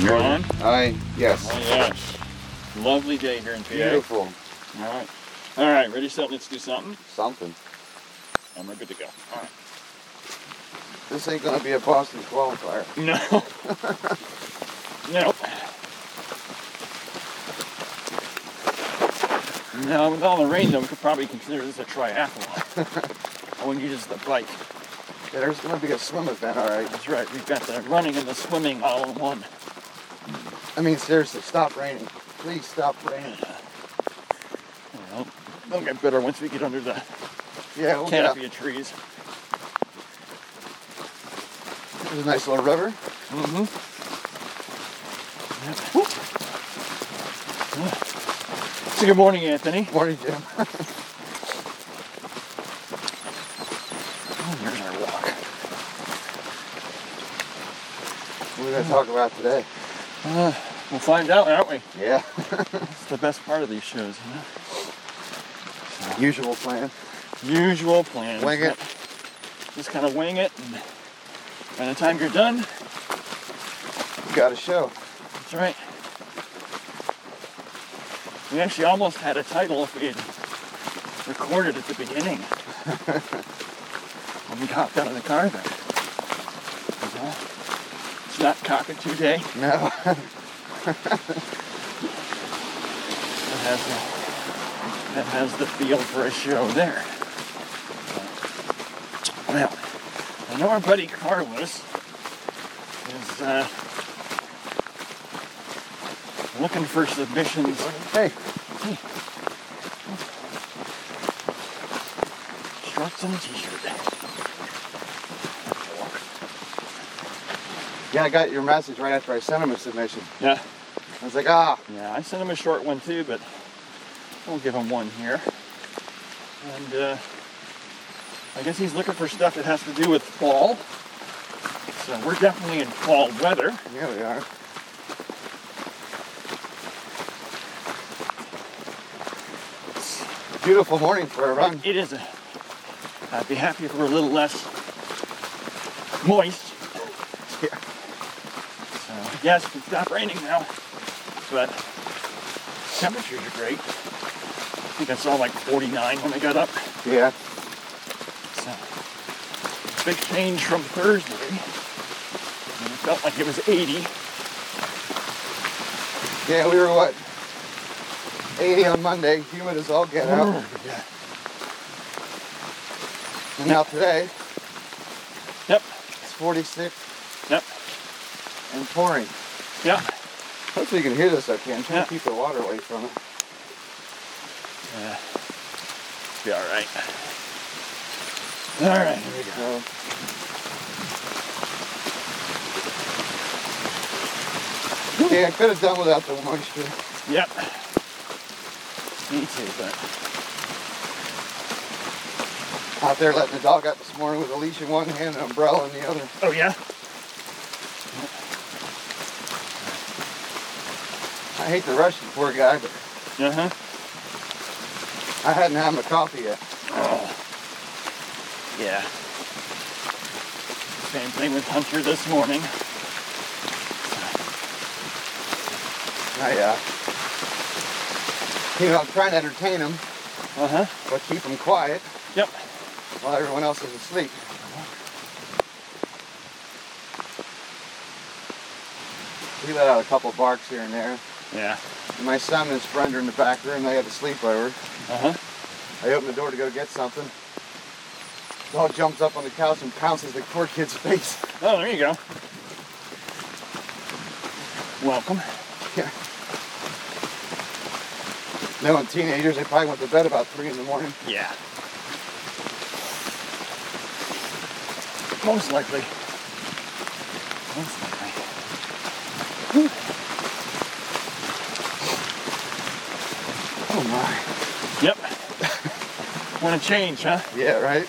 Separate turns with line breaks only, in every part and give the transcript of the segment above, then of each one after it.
You're on?
Aye, yes.
Oh, yes. Lovely day here in PA.
Beautiful.
All right. All right, ready, set, let's do something.
Something.
And we're good to go. All right.
This ain't gonna be a Boston qualifier.
No. no. Now, with all the rain, though, we could probably consider this a triathlon. I wouldn't use the bike.
Yeah, there's gonna be a swim event, alright.
That's right, we've got the running and the swimming all in one.
I mean, seriously, stop raining. Please stop raining.
Well, they'll get better once we get under the
Oh, Yeah, we'll get up.
canopy of trees.
There's a nice little river.
Mm-hmm. So good morning, Anthony.
Morning, Jim. Oh,
There's our walk.
What are we gonna talk about today?
Uh, we'll find out, aren't we?
Yeah.
That's the best part of these shows, you know?
Usual plan.
usual plan.
Wing it.
Just kind of wing it, and by the time you're done,
Got a show.
that's right. We actually almost had a title if we had recorded at the beginning. when we hopped out of the car there. You know? It's not cockatoo day. It
No.
has the, it has the feel for a show there. Well, I know our buddy Carlos is uh, looking for submissions.
hey,
Shorts and a t-shirt.
yeah, I got your message right after I sent him a submission.
Yeah,
I was like, ah,
yeah. I sent him a short one too, but we'll give him one here. And uh, I guess he's looking for stuff that has to do with fall. So we're definitely in fall weather.
yeah, we are. Beautiful morning for a run.
It is. A, I'd be happy if it were a little less moist.
Yeah.
So yes, it's stopped raining now, but temperatures are great. I think I saw like 49 when I got up.
Yeah.
So, big change from Thursday. And it felt like it was 80.
Yeah, we were what? 80 on Monday, humid as all get out.
Yeah.
And now today,
Mm. Yep,
it's 46
yep,
and pouring.
yep.
Hopefully you can hear this okay. I'm trying to
Yeah.
keep the water away from it.
Be all right. All right.
There we go. Yeah, I could have done without the moisture.
Yep. Me too, but
Out there letting the dog out this morning with a leash in one hand and an umbrella in the other.
oh yeah.
I hate to rush the poor guy, but
Uh huh.
I hadn't had my coffee yet.
Yeah. Same thing with Hunter this morning.
I, uh, you know, I'm trying to entertain him,
Uh huh.
but keep him quiet
Yep.
while everyone else is asleep. He let out a couple barks here and there.
Yeah.
My son and his friend are in the back room. They had a sleepover.
Uh huh.
I opened the door to go get something. Dog jumps up on the couch and pounces the poor kid's face.
Oh, there you go. Welcome.
Yeah. Knowing teenagers, they probably went to bed about three in the morning.
Yeah. Most likely. Most likely.
Oh my.
Yep. Want to change, huh?
Yeah, right?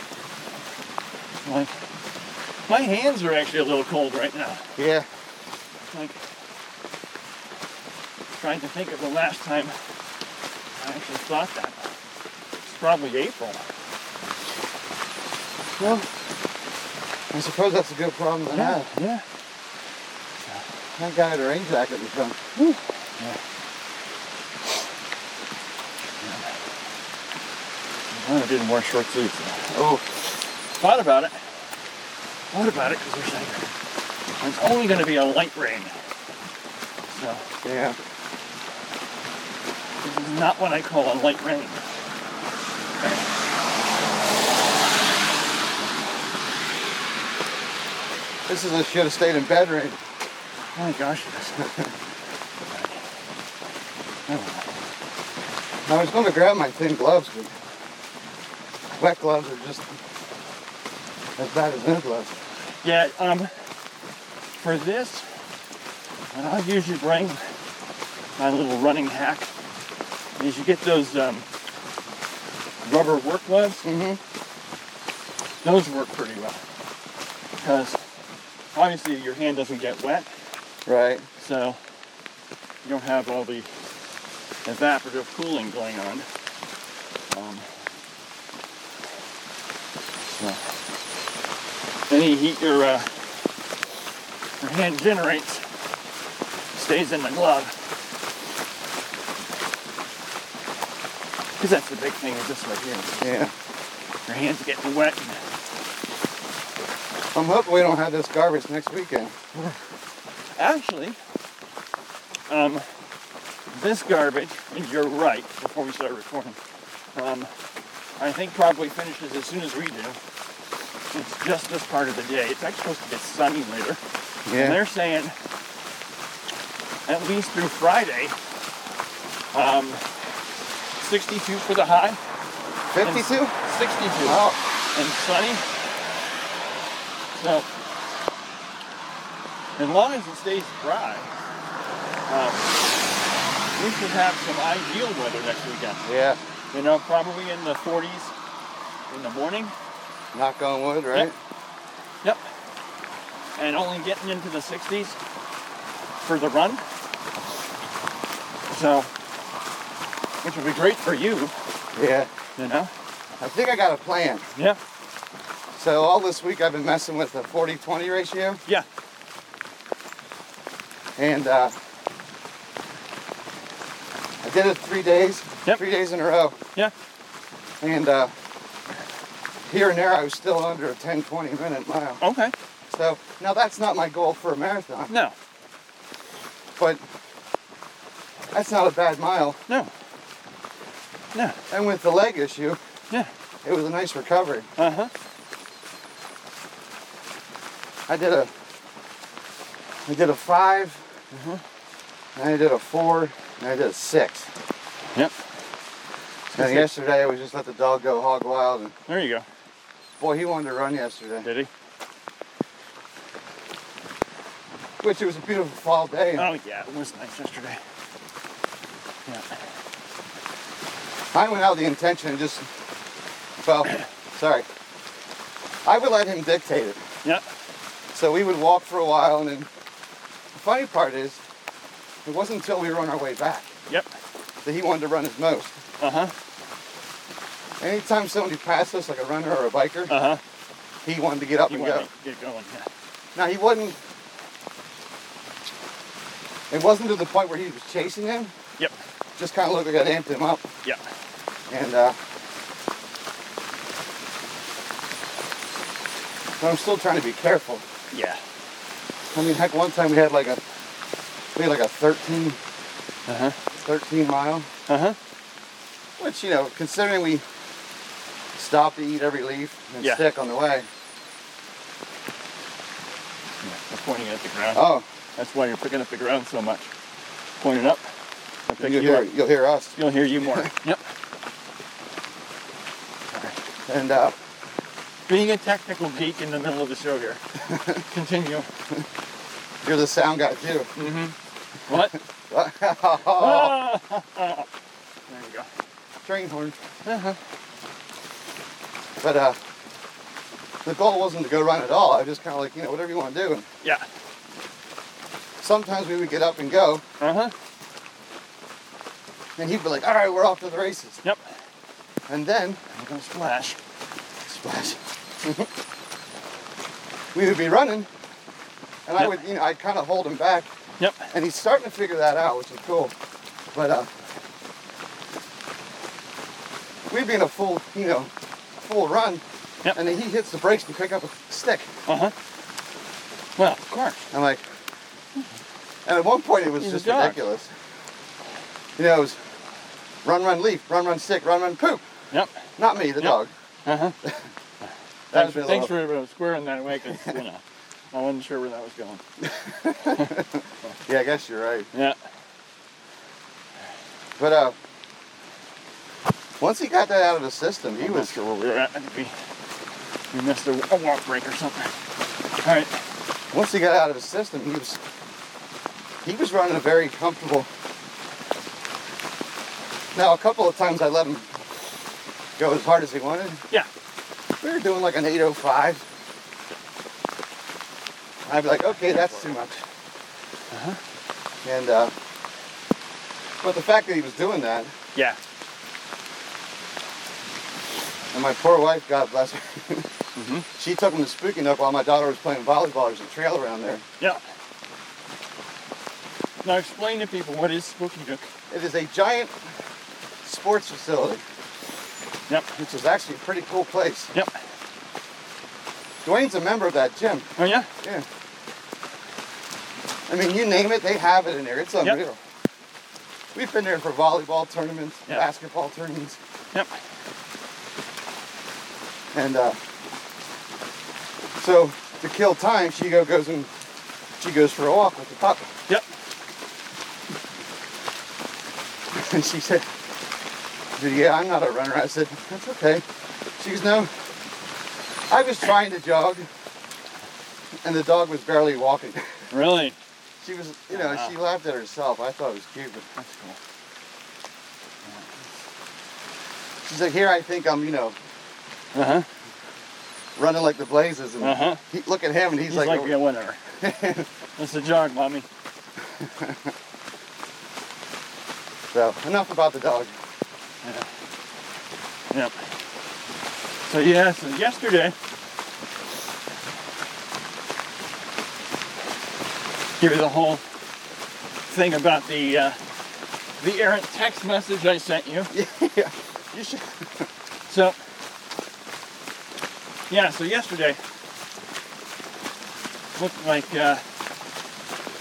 Like, my hands are actually a little cold right now.
Yeah.
Like, trying to think of the last time I actually thought that. It's probably April.
Well, I suppose that's a good problem to have.
yeah.
That guy had a rain jacket and junk.
I didn't wear short sleeves. though.
Oh,
Thought about it. Thought about it because there's like, it's only going to be a light rain. So
yeah.
this is not what I call a light rain.
This is a should have stayed in bed rain.
Oh my gosh, yes.
I was going to grab my thin gloves, but wet gloves are just as bad as no gloves.
Yeah, um, for this, what I usually bring, my little running hack, is you get those um, rubber work gloves.
Mm-hmm.
Those work pretty well because obviously your hand doesn't get wet,
Right.
so you don't have all the evaporative cooling going on. Um, so any heat your uh, your hand generates stays in the glove. Because that's the big thing with this right here.
Yeah.
Your hands getting wet. And,
I'm hoping we don't have this garbage next weekend.
Actually, um, this garbage, and you're right, before we start recording, um, I think probably finishes as soon as we do. It's just this part of the day. It's actually supposed to get sunny later. And they're saying at least through Friday, um, 62 for the high,
52?
62
Wow.
and sunny. So, as long as it stays dry, um, we should have some ideal weather next weekend.
Yeah.
You know, probably in the 40s in the morning.
Knock on wood, right?
Yep. And only getting into the 60s for the run. So, which would be great for you,
Yeah.
you know?
I think I got a plan.
Yeah.
So all this week I've been messing with the 40-20 ratio,
Yeah.
and uh, I did it three days,
Yep.
three days in a row.
Yeah.
And uh, here and there I was still under a 10-20 minute mile.
Okay.
So now that's not my goal for a marathon,
No.
but that's not a bad mile.
No. No.
And with the leg issue,
Yeah.
it was a nice recovery.
Uh huh.
I did a I did a 5 and I did a four, and I did a six.
Yep.
And yesterday we just let the dog go hog wild, and
There you go.
boy, he wanted to run yesterday.
Did he?
Which it was a beautiful fall day. and
Oh yeah, it was nice yesterday. Yeah.
I went out with the intention of just, well, sorry. I would let him dictate it.
Yep.
So we would walk for a while, and then the funny part is, it wasn't until we were on our way back
Yep.
that he wanted to run his most.
Uh huh.
Anytime somebody passed us, like a runner or a biker,
Uh huh.
Uh-huh. he wanted to get up
You
and
want
go.
to get going? Yeah.
Now he wasn't. It wasn't to the point where he was chasing him.
Yep.
Just kind of looked like I amped him up,
Yep.
and uh, but I'm still trying to be careful.
Yeah.
I mean, heck, one time we had like a we had like a 13, Uh-huh.
Uh huh.
13 mile,
Uh huh.
which you know, considering we stopped to eat every leaf and
Yeah.
stick on the way.
They're pointing at the ground.
Oh,
That's why you're picking up the ground so much. Pointing up. I'll pick
you'll
you
hear,
up.
you'll hear us.
You'll hear you more. yep.
And uh,
Being a technical geek in the middle of the show here. Continue.
you're the sound guy too.
What?
oh,
Ah! there you go.
train horn.
Uh-huh.
But uh, the goal wasn't to go run at all. I was just kind of like, you know, whatever you want to do. And
Yeah.
sometimes we would get up and go,
Uh huh.
and he'd be like, all right, we're off to the races.
Yep.
And then,
I'm gonna splash.
splash, we would be running, and I
Yep.
would, you know, I'd kind of hold him back,
Yep.
and he's starting to figure that out, which is cool. But uh, we'd be in a full, you know, full run,
Yep.
and then he hits the brakes to pick up a stick.
Uh huh. Well, of course.
I'm like, and at one point it was
He's a
just
dog.
ridiculous. You know, it was run, run, leaf, run, run, stick, run, run, poop.
Yep.
Not me, the
Yep.
dog.
Uh huh.
That
Thanks,
was really
thanks
low.
for uh, squaring that away, 'cause, you know, I wasn't sure where that was going.
Yeah, I guess you're right.
Yeah.
But uh, once he got that out of the system, he
I'm not
was
sure where we were at. I think we, we missed a, a walk break or something. All right.
once he got out of his system, he was he was running a very comfortable. Now a couple of times I let him go as hard as he wanted.
Yeah.
We were doing like an 805. I'd be like, okay, that's too much. And uh, but the fact that he was doing that,
Yeah.
and my poor wife, God bless her,
Mhm.
she took him to Spooky Nook while my daughter was playing volleyball. There's a trail around there.
Yeah. Now explain to people what is Spooky Nook.
It is a giant sports facility.
Yep.
which is actually a pretty cool place.
Yep.
Dwayne's a member of that gym.
Oh yeah.
Yeah. I mean, you name it, they have it in there. It's unreal. We've been there for volleyball tournaments,
Yeah.
basketball tournaments,
Yep.
and uh, so to kill time, she go, goes and she goes for a walk with the pup.
Yep.
And she said, "Dude, yeah, I'm not a runner." I said, "That's okay." She goes, "No, I was trying to jog, and the dog was barely walking."
Really.
She was, you know, she
Uh-huh.
laughed at herself. I thought it was cute, but
That's cool.
she's like, here I think I'm, you know,
Uh huh.
running like the blazes, and
Uh-huh.
he, look at him, and he's,
He's,
like,
like, yeah, whatever. That's a jog, mommy.
so enough about the dog.
Yep. So yeah, so yesterday. Give you the whole thing about the uh, the errant text message I sent you.
yeah, you should.
So yeah, so yesterday looked like uh,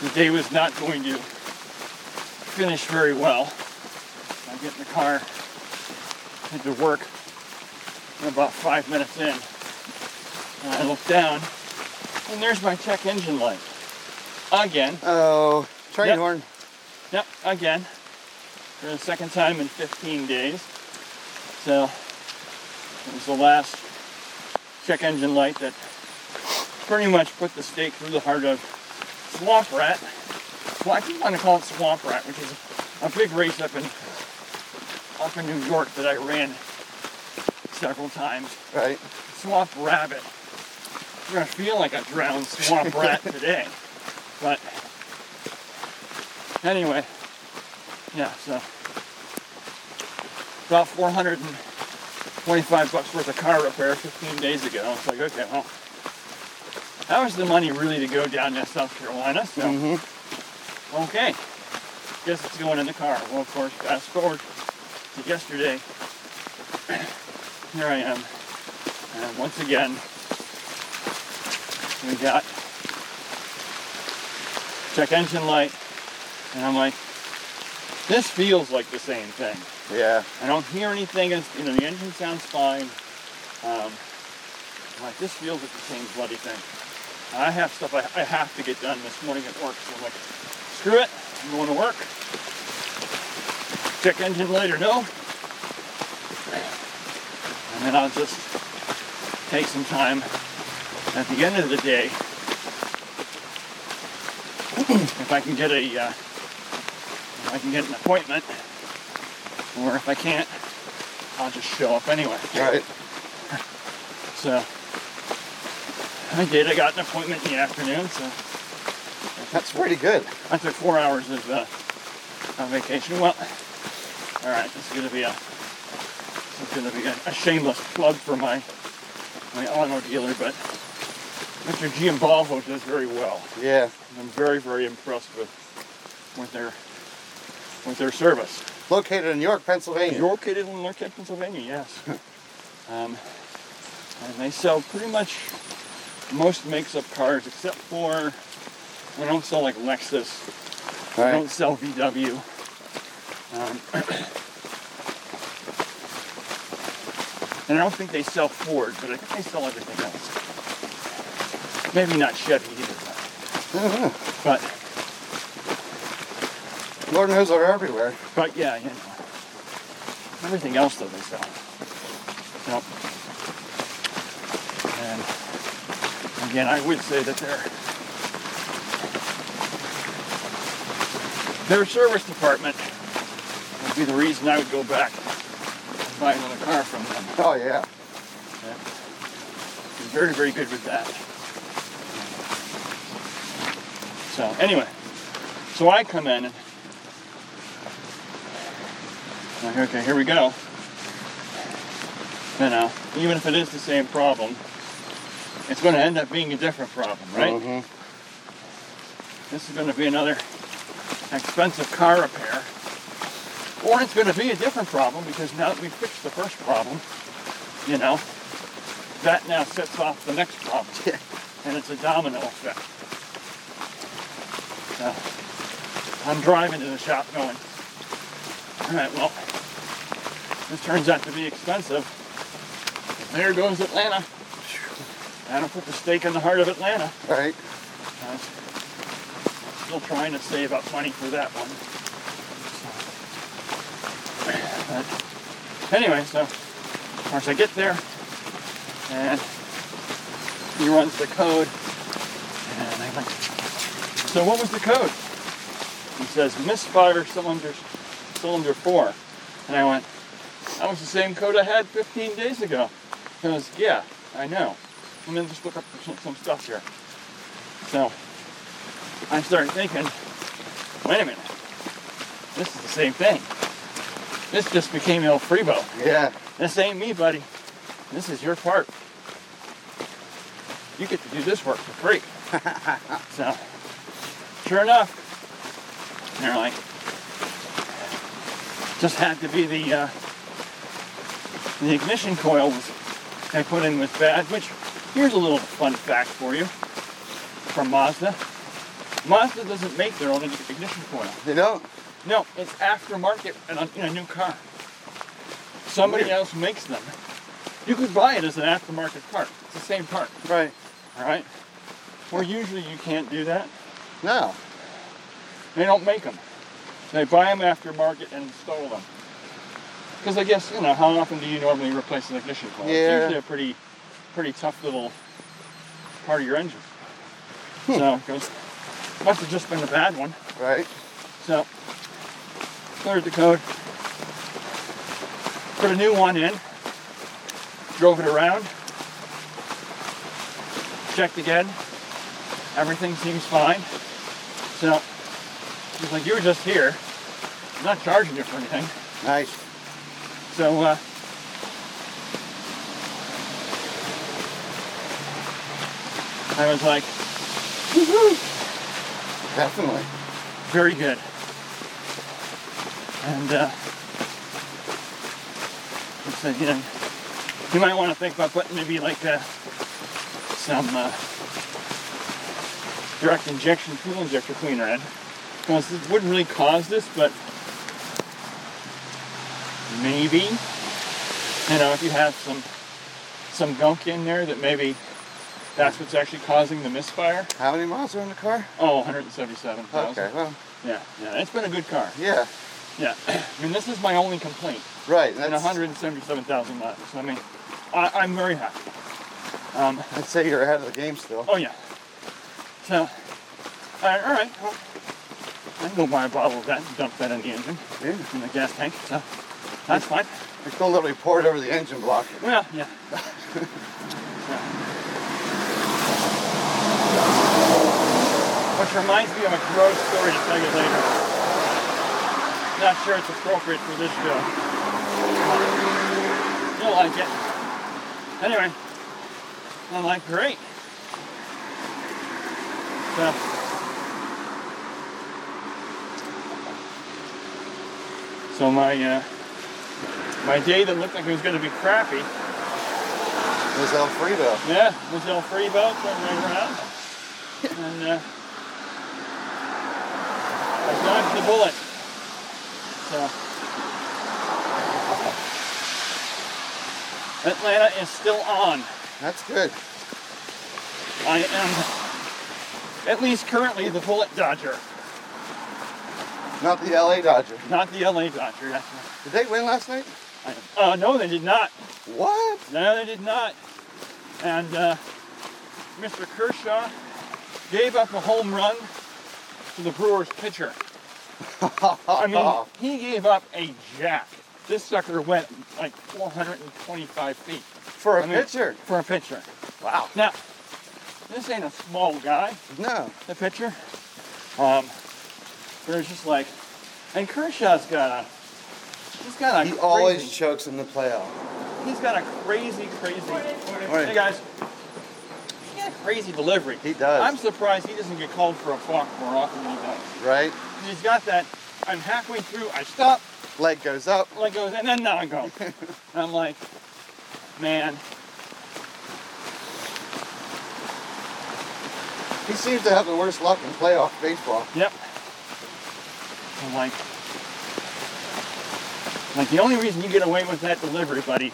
the day was not going to finish very well. I get in the car, head to work, and about five minutes in, and I look down, and there's my check engine light. Again.
Oh, train
Yep.
horn.
Yep, again. For the second time in 15 days. So, it was the last check engine light that pretty much put the stake through the heart of Swamp Rat. Well, I keep wanting to call it Swamp Rat, which is a big race up in up in New York that I ran several times.
Right.
Swamp Rabbit. I'm gonna feel like a drowned swamp rat today. But anyway, yeah, so about 425 bucks worth of car repair 15 days ago. It's like, okay, well, that was the money really to go down to South Carolina, so
Mm-hmm.
okay. Guess it's going in the car. Well, of course, fast forward to yesterday. Here I am. And once again, we got check engine light. And I'm like, this feels like the same thing.
Yeah.
I don't hear anything. It's, you know, the engine sounds fine. Um, I'm like, this feels like the same bloody thing. I have stuff I, I have to get done this morning at work, so I'm like, screw it. I'm going to work. Check engine light or no. And then I'll just take some time at the end of the day. if I can get a, uh, if I can get an appointment, or if I can't, I'll just show up anyway.
Right.
So I did. I got an appointment in the afternoon, so
That's pretty good.
I took four hours of uh, of vacation. Well, all right, this is gonna be a this is gonna be a, a shameless plug for my my auto dealer, but Mr. Giambalvo does very well.
Yeah.
I'm very very impressed with with their with their service.
Located in York, Pennsylvania.
York, it is in York, Pennsylvania. Yes. um, and they sell pretty much most makes up cars except for we don't sell like Lexus. We
All right.
don't sell VW. Um, and I don't think they sell Ford, but I think they sell everything else. Maybe not Chevy either. But
Lord knows they're everywhere.
but, but yeah, you know, everything else though they sell. Yep. And again, I would say that their their service department would be the reason I would go back and buy another car from them.
Oh yeah.
Yeah. He's very, very good with that. So anyway, so I come in and I'm like, okay, here we go. You know, even if it is the same problem, it's going to end up being a different problem, right?
Mhm.
This is going to be another expensive car repair. Or it's going to be a different problem because now that we fixed the first problem, you know, that now sets off the next problem. And it's a domino effect. So, I'm driving to the shop going, all right, well, this turns out to be expensive. There goes Atlanta. I don't put the stake in the heart of Atlanta.
All right.
Uh, Still trying to save up money for that one. But anyway, so of course I get there and he runs the code and I'm like, so what was the code? He says misfire cylinder cylinder four. And I went, that was the same code I had 15 days ago. He goes, yeah, I know. Let me just look up some- some stuff here. So I started thinking, wait a minute, this is the same thing. This just became El Freebo.
Yeah.
This ain't me, buddy. This is your part. You get to do this work for free. so, sure enough, they're like, just had to be the uh, the ignition coil was I put in was bad. Which here's a little fun fact for you from Mazda. Mazda doesn't make their own ignition coil.
They don't.
No, it's aftermarket in a, in a new car. Somebody
Weird.
else makes them. You could buy it as an aftermarket part. It's the same part,
Right.
all right? Where usually you can't do that.
No.
They don't make them. They buy them aftermarket and install them. Because I guess you know how often do you normally replace an ignition coil?
Yeah.
It's usually a pretty, pretty tough little part of your engine.
Hmm.
So it goes. Must have just been a bad one.
Right.
So, cleared the code. Put a new one in. Drove it around. Checked again. Everything seems fine. So, she's like, you were just here. I'm not charging you for anything.
Nice.
So, uh, I was like,
Definitely.
very good. And uh, he said, you know, you might want to think about putting maybe like uh, some uh, direct injection fuel injector cleaner in, because it wouldn't really cause this, but maybe you know if you have some some gunk in there that maybe that's what's actually causing the misfire.
How many miles are in the car?
Oh, 177,000.
Okay. Well,
Yeah, yeah, it's been a good car.
yeah.
Yeah, I mean, this is my only complaint.
Right.
And
That's,
177,000 miles. I mean, I, I'm very happy. Um,
I'd say you're ahead of the game still.
oh yeah. So, all right, all right. Well, I can go buy a bottle of that and dump that in the engine,
Yeah.
in the gas tank. So, that's fine.
There's still a little report over the engine block.
Well, yeah. Which reminds me of a gross story to tell you later. Not sure it's appropriate for this show. You'll like it. Anyway, I'm like, great. So, So my uh, my day that looked like it was going to be crappy,
There's Alfredo.
yeah, was all free boat went right around, and uh, I dodged the bullet. So Atlanta is still on.
That's good.
I am, at least currently, the bullet dodger,
Not the LA Dodger.
not the LA dodger. That's right.
Did they win last night?
I am- Uh, no, they did not.
What?
No, they did not. And uh, Mr. Kershaw gave up a home run to the Brewers pitcher. I mean,
Oh.
he gave up a jack. This sucker went like 425 feet
for a
I mean-
pitcher.
for a pitcher.
Wow.
Now, this ain't a small guy.
No.
the picture. Um, but it's just like, and Kershaw's got a, he's got a
He
crazy,
always chokes in the playoff.
he's got a crazy, crazy.
Morning.
Hey guys, he got a crazy delivery.
He does.
I'm surprised he doesn't get called for a walk more often than he does.
Right?
He's got that. I'm halfway through. I stop.
Leg goes up.
Like goes and then now I go. And I'm like, man,
He seems to have the worst luck in playoff baseball.
Yep. And like, like the only reason you get away with that delivery, buddy,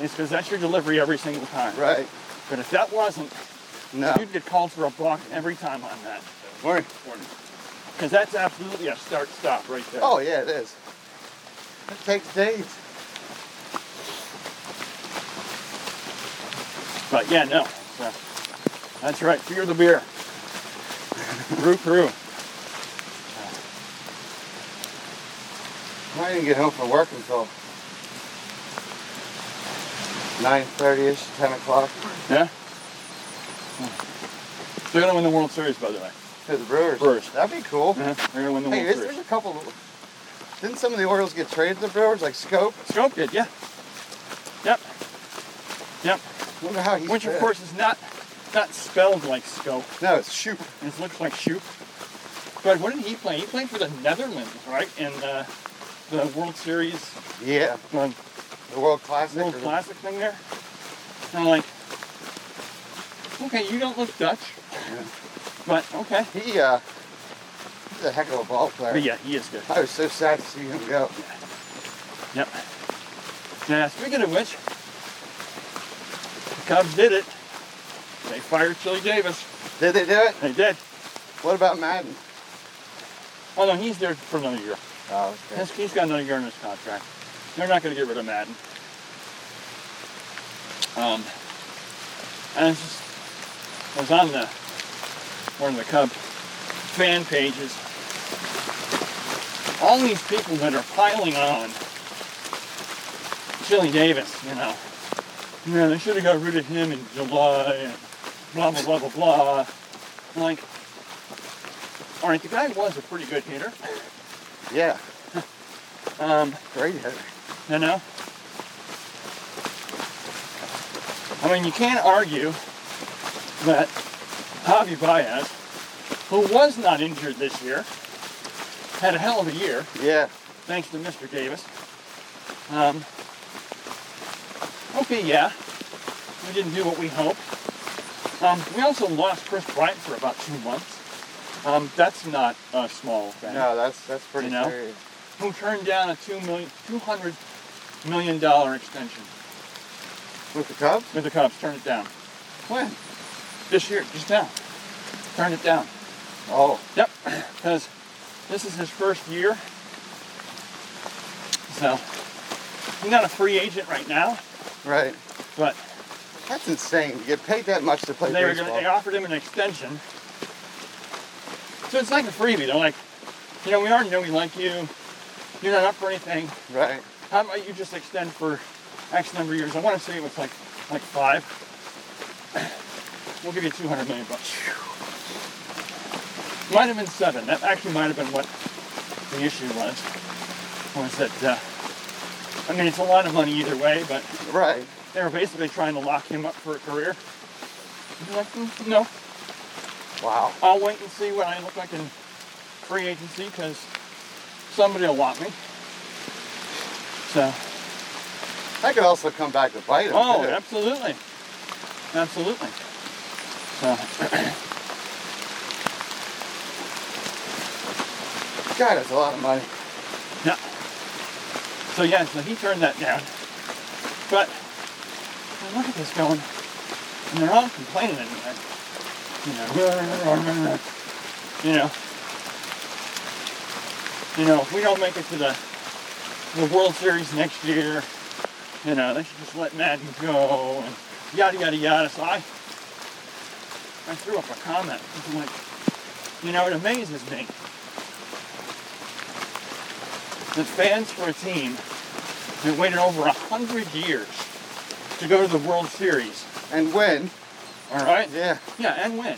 is because that's your delivery every single time.
Right.
But if that wasn't,
No.
you'd get called for a balk every time on that.
Morning.
Because that's absolutely a start-stop right there.
Oh yeah, it is. It takes days.
But yeah, no. So, that's right. Fear the beer. brew, brew.
I didn't get home from work until 9.30ish, 10 o'clock.
Yeah. They're gonna win the World Series, by the way.
To the Brewers.
Brewers.
That'd be cool.
Uh-huh. They're gonna win the
Hey,
World
there's,
Series.
there's a couple. Didn't some of the Orioles get traded to the Brewers, like Scope?
Scope did, yeah. Yep. Yep.
wonder how he's
Which of
fit.
course is not not spelled like scope.
No, it's Shoop.
It looks like shoop. But what did he play? He played for the Netherlands, right? In uh, the World Series,
Yeah,
the
the World Classic.
World
or-
Classic thing there. And I'm like, okay, you don't look Dutch, but okay.
He, uh, he's a heck of a ball player.
But yeah, he is good.
I was so sad to see him go.
Yep. Now, speaking of which, the Cubs did it. They fired Chili Davis.
Did they do it?
They did.
What about Madden?
Oh no, he's there for another year.
Oh, okay.
He's- he's got another year in his contract. They're not going to get rid of Madden. Um, and it's just, I was on the one of the Cub fan pages. All these people that are piling on Chili Davis, you know. Man, they should have got rid of him in July and blah blah blah blah blah. I'm like, all right, the guy was a pretty good hitter.
Yeah,
Um,
great hitter.
you know? I mean, you can't argue that Javi Baez, who was not injured this year, had a hell of a year,
Yeah,
thanks to Mr. Davis. Um, okay, yeah, we didn't do what we hoped. Um, we also lost Chris Bryant for about two months. Um, that's not a small thing
no, that's that's pretty
You know?
serious.
who turned down a two million, two hundred million dollar extension
With the Cubs?
with the Cubs. Turned it down
When?
this year, just now. Turned it down.
Oh,
Yep, because this is his first year. So he's not a free agent right now,
right.
but
That's insane. You get paid that much to play
they were
baseball.
gonna, they offered him an extension. So it's like a freebie. They're like, you know, we already know we like you. You're not up for anything.
Right.
How about you just extend for X number of years? I want to say it was like like five. We'll give you 200 million bucks. Might have been seven. That actually might have been what the issue was. Was that? Uh, I mean, it's a lot of money either way, but
Right.
they were basically trying to lock him up for a career. He's like, "Mm, no,
Wow.
I'll wait and see what I look like in free agency because somebody will want me. So,
That could also come back to bite him.
oh,
too.
absolutely, absolutely. So,
God, that's a lot of money.
yeah. So yeah, so he turned that down. But I look at this going, and they're all complaining anymore. You know, you know, you know, if we don't make it to the the World Series next year, you know, they should just let Madden go and yada yada yada. So I I threw up a comment. I'm like, you know, it amazes me that fans for a team that waited over a hundred years to go to the World Series,
And when?
all right?
Yeah.
Yeah, and when.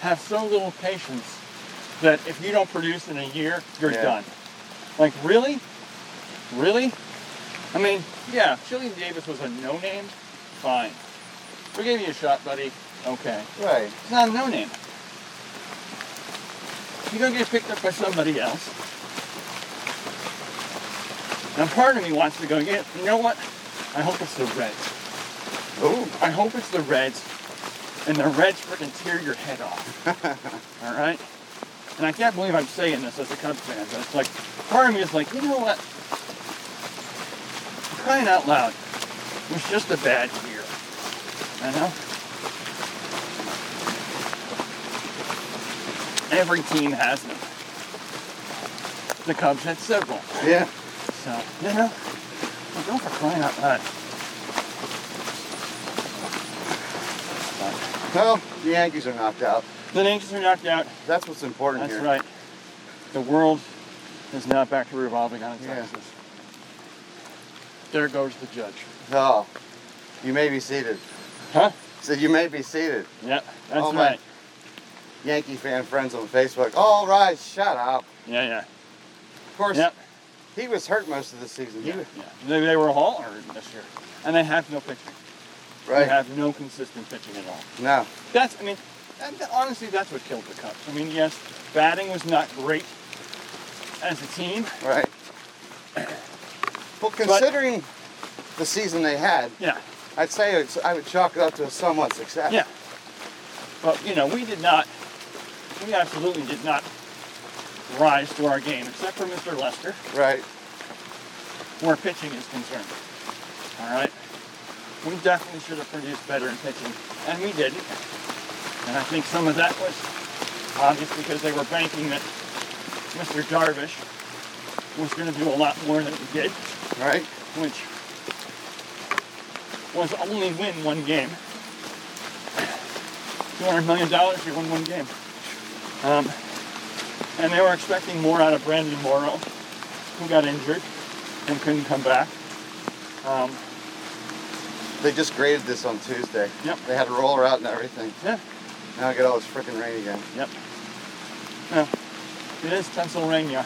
Have so little patience that if you don't produce in a year, you're
Yeah.
done. Like, really? Really? I mean, yeah, if Chili Davis was a no name, fine. We gave you a shot, buddy. Okay.
Right.
It's not a no name. You're gonna get picked up by somebody else. Now part of me wants to go, yeah, you know what? I hope it's the Reds.
Ooh.
I hope it's the Reds, and the Reds freaking tear your head off. All right? And I can't believe I'm saying this as a Cubs fan, but it's like, part of me is like, you know what? For crying out loud, it was just a bad year. You know? Every team has them. The Cubs had several.
Yeah.
So, you know, I'm going for crying out loud.
Well, the Yankees are knocked out.
The Yankees are knocked out.
That's what's important
That's
here.
right. The world is now back to revolving on its
Yeah.
axis. There goes the judge.
Oh, you may be seated.
Huh?
So you may be seated.
Yeah, that's
Oh, man.
right.
Yankee fan friends on Facebook. All right, shut up.
Yeah, yeah.
Of course,
Yep.
he was hurt most of the season. He
yeah,
was-
yeah. They, they were all hard this year. And they have no pitching. They
Right.
have no consistent pitching at all.
No.
That's, I mean, that, that- honestly, that's what killed the Cubs. I mean, yes, batting was not great as a team.
Right. Well, considering the season they had,
Yeah,
I'd say it's, I would chalk it up to a somewhat success.
yeah. But, you know, we did not, we absolutely did not rise to our game, except for Mr. Lester.
Right.
where pitching is concerned. All right, we definitely should have produced better in pitching, and we didn't. And I think some of that was obvious because they were banking that Mr. Darvish was going to do a lot more than he did,
Right.
which was only win one game. Two hundred million dollars, you win one game. Um, and they were expecting more out of Brandon Morrow, who got injured and couldn't come back. Um,
They just graded this on Tuesday.
Yep.
They had a roller out and everything.
yeah,
Now I get all this freaking rain again.
yep. Yeah, it is Pennsylvania.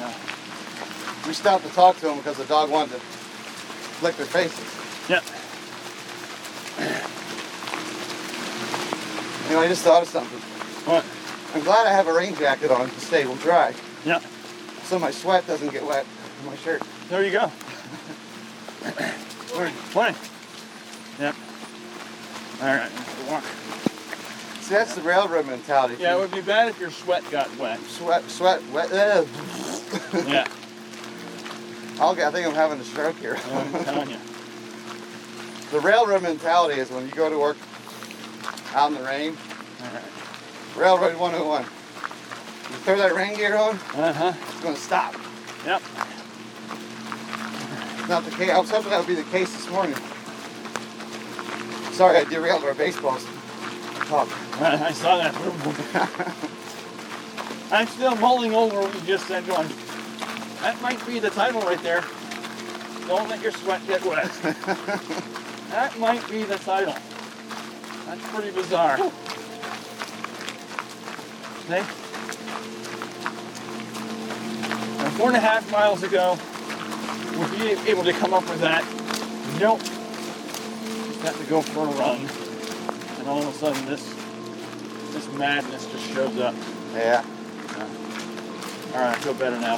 Yeah.
We stopped to talk to them because the dog wanted to lick their faces.
Yep.
You know, I just thought of something.
What?
I'm glad I have a rain jacket on to stay well dry,
Yep.
so my sweat doesn't get wet on my shirt.
There you go. Morning. Yep. All right. let's Walk.
See, that's the railroad mentality.
Yeah, it would be bad if your sweat got wet.
sweat, sweat, wet. Ugh.
Yeah,
I'll get, I think I'm having a stroke here.
I'm telling you.
the railroad mentality is when you go to work out in the rain.
All right.
Railroad 101. You throw that rain gear on,
Uh huh.
it's gonna stop.
Yep.
Not the case. I was hoping that would be the case this morning. Sorry, I derailed our baseball talk.
I I saw that. I'm still mulling over what you just said, going, that might be the title right there. Don't let your sweat get wet. that might be the title. That's pretty bizarre. See? Now, four and a half miles ago, would you be able to come up with that? Nope. Just have to go for a run. And all of a sudden, this this madness just shows up.
Yeah.
All right, I feel better now.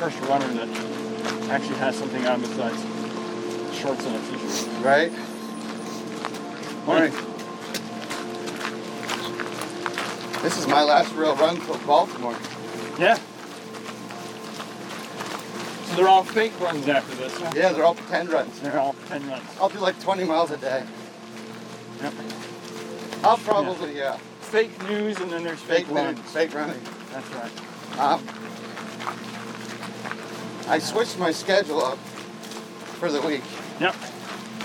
First runner that actually has something on besides shorts and a t-shirt.
Right? All right. This is my last real run for Baltimore.
Yeah. So they're all fake runs after this. Huh?
Yeah, they're all pretend runs.
They're all ten runs.
I'll do like 20 miles a day.
Yep.
I'll probably, uh, yeah,
Fake news and then there's fake,
fake running.
runs.
Fake running.
That's right.
Um, I switched my schedule up for the week.
Yep.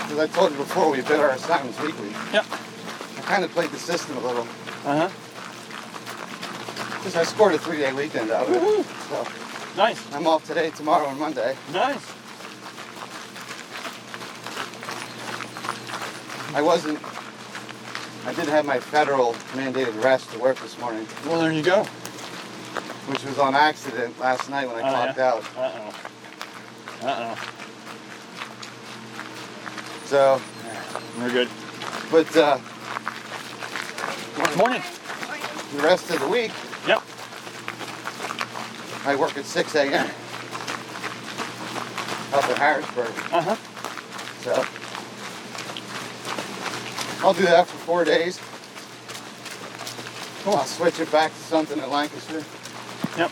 As I told you before, we did our assignments weekly.
Yep.
I kind of played the system a little.
Uh huh.
Because I scored a three-day weekend out of it. So
Nice.
I'm off today, tomorrow, and Monday.
Nice.
I wasn't. I did have my federal mandated rest to work this morning,
Well, there you go.
which was on accident last night when I
Oh,
clocked
yeah.
out.
Uh oh. Uh
So,
oh. We're good.
but uh,
Morning.
the rest of the week,
Yep.
I work at 6 a.m. up in Harrisburg.
Uh huh.
So I'll do that for four days. I'll switch it back to something in Lancaster.
Yep.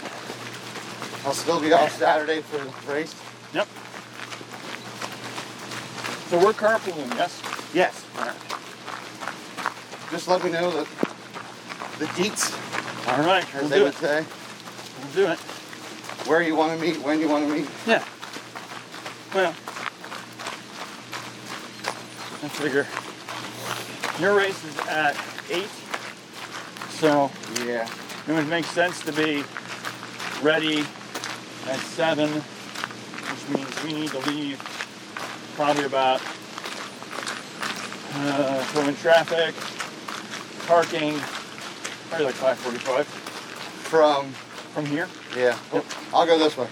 I'll still be off Saturday for the race.
Yep. So we're carpooling, yes?
Yes.
All right.
Just let me know that the deets,
All right,
as
we'll
they
do
would
it.
say,
We'll do it.
where you want to meet, when you want to meet.
Yeah. Well, I figure your race is at eight, so
Yeah.
it would make sense to be ready at seven, which means we need to leave probably about uh, so in traffic, parking, probably like 5:45
From,
from here.
yeah. I'll go this way.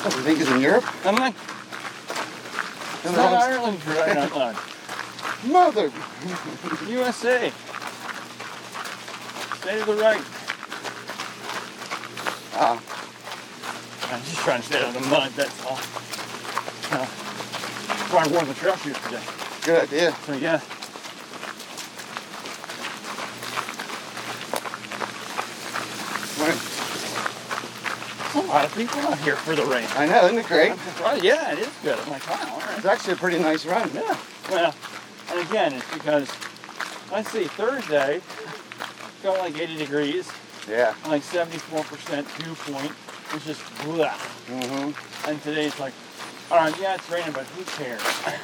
Oh, you think he's in Europe?
I'm like, it's not Ireland for crying out loud.
Mother!
USA. Stay to the right.
Ah,
I'm just trying to stay out of the mud, that's all. Uh, that's why I wore the truck yesterday.
good idea.
So yeah.
When-
There's a lot of people out here for the rain.
I know, isn't it great?
I'm surprised. Yeah, it is good. I'm like, wow, all right.
It's actually a pretty nice run.
Yeah. Well, and again, it's because, let's see, Thursday, it's got like 80 degrees,
Yeah.
and like 74% dew point, which is blah.
Mm-hmm.
And today it's like, all right, yeah, it's raining, but who cares?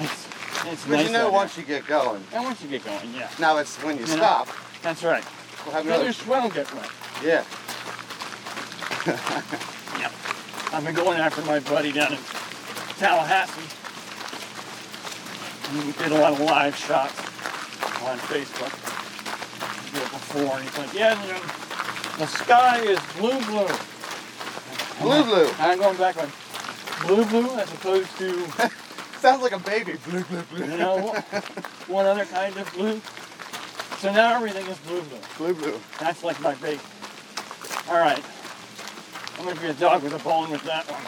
It's, it's
But
nice.
you
out
know,
here.
once you get going,
And once you get going, yeah.
now it's when you
You know?
stop,
That's right.
we'll have
Let
another.
your sweat will get wet.
Yeah.
Yep. I've been going after my buddy down in Tallahassee. And We did a lot of live shots on Facebook. We did it before, and he's like, yeah, you know, the sky is blue blue.
Blue blue.
And I'm going back like, blue blue as opposed to,
Sounds like a baby. Blue blue
you
blue.
know, what, what other kind of blue? So now everything is blue blue.
Blue blue.
That's like my bait. All right. I'm gonna be a dog with a bone with that one.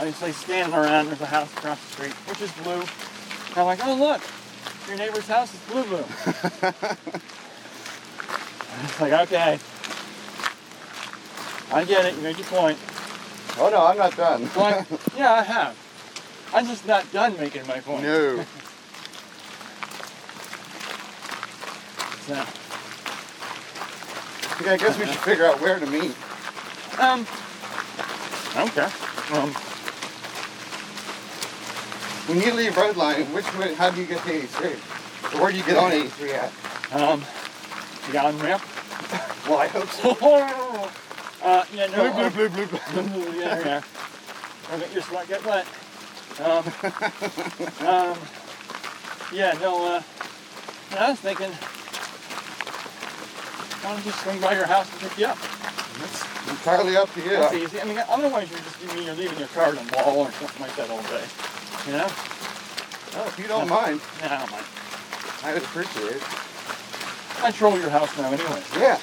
So it's like standing around. There's a house across the street, which is blue. And I'm like, oh look, your neighbor's house is blue blue. it's like, okay. I get it. You made your point.
Oh no, I'm not done.
I'm like, yeah, I have. I'm just not done making my point.
No.
So,
Okay, I guess we should figure out where to meet.
um. Okay. Um.
When you leave Redline, which way, how do you get to 83? Or where do you get on 83 at?
Um. You got on ramp.
Well, I hope so.
uh, yeah, no.
Blue blue blue blue blue.
um, yeah, yeah. I'll get your sweat, get wet. Um, um, yeah, no, uh, yeah, I was thinking, why don't you swing by your house and pick you up?
That's entirely up to you.
That's easy. I mean, otherwise you're just, you mean, you're leaving your car in the wall or something like that all day. You know?
Oh, if you don't mind,
Yeah, I don't mind.
I would appreciate it.
I troll your house now anyway.
Yeah.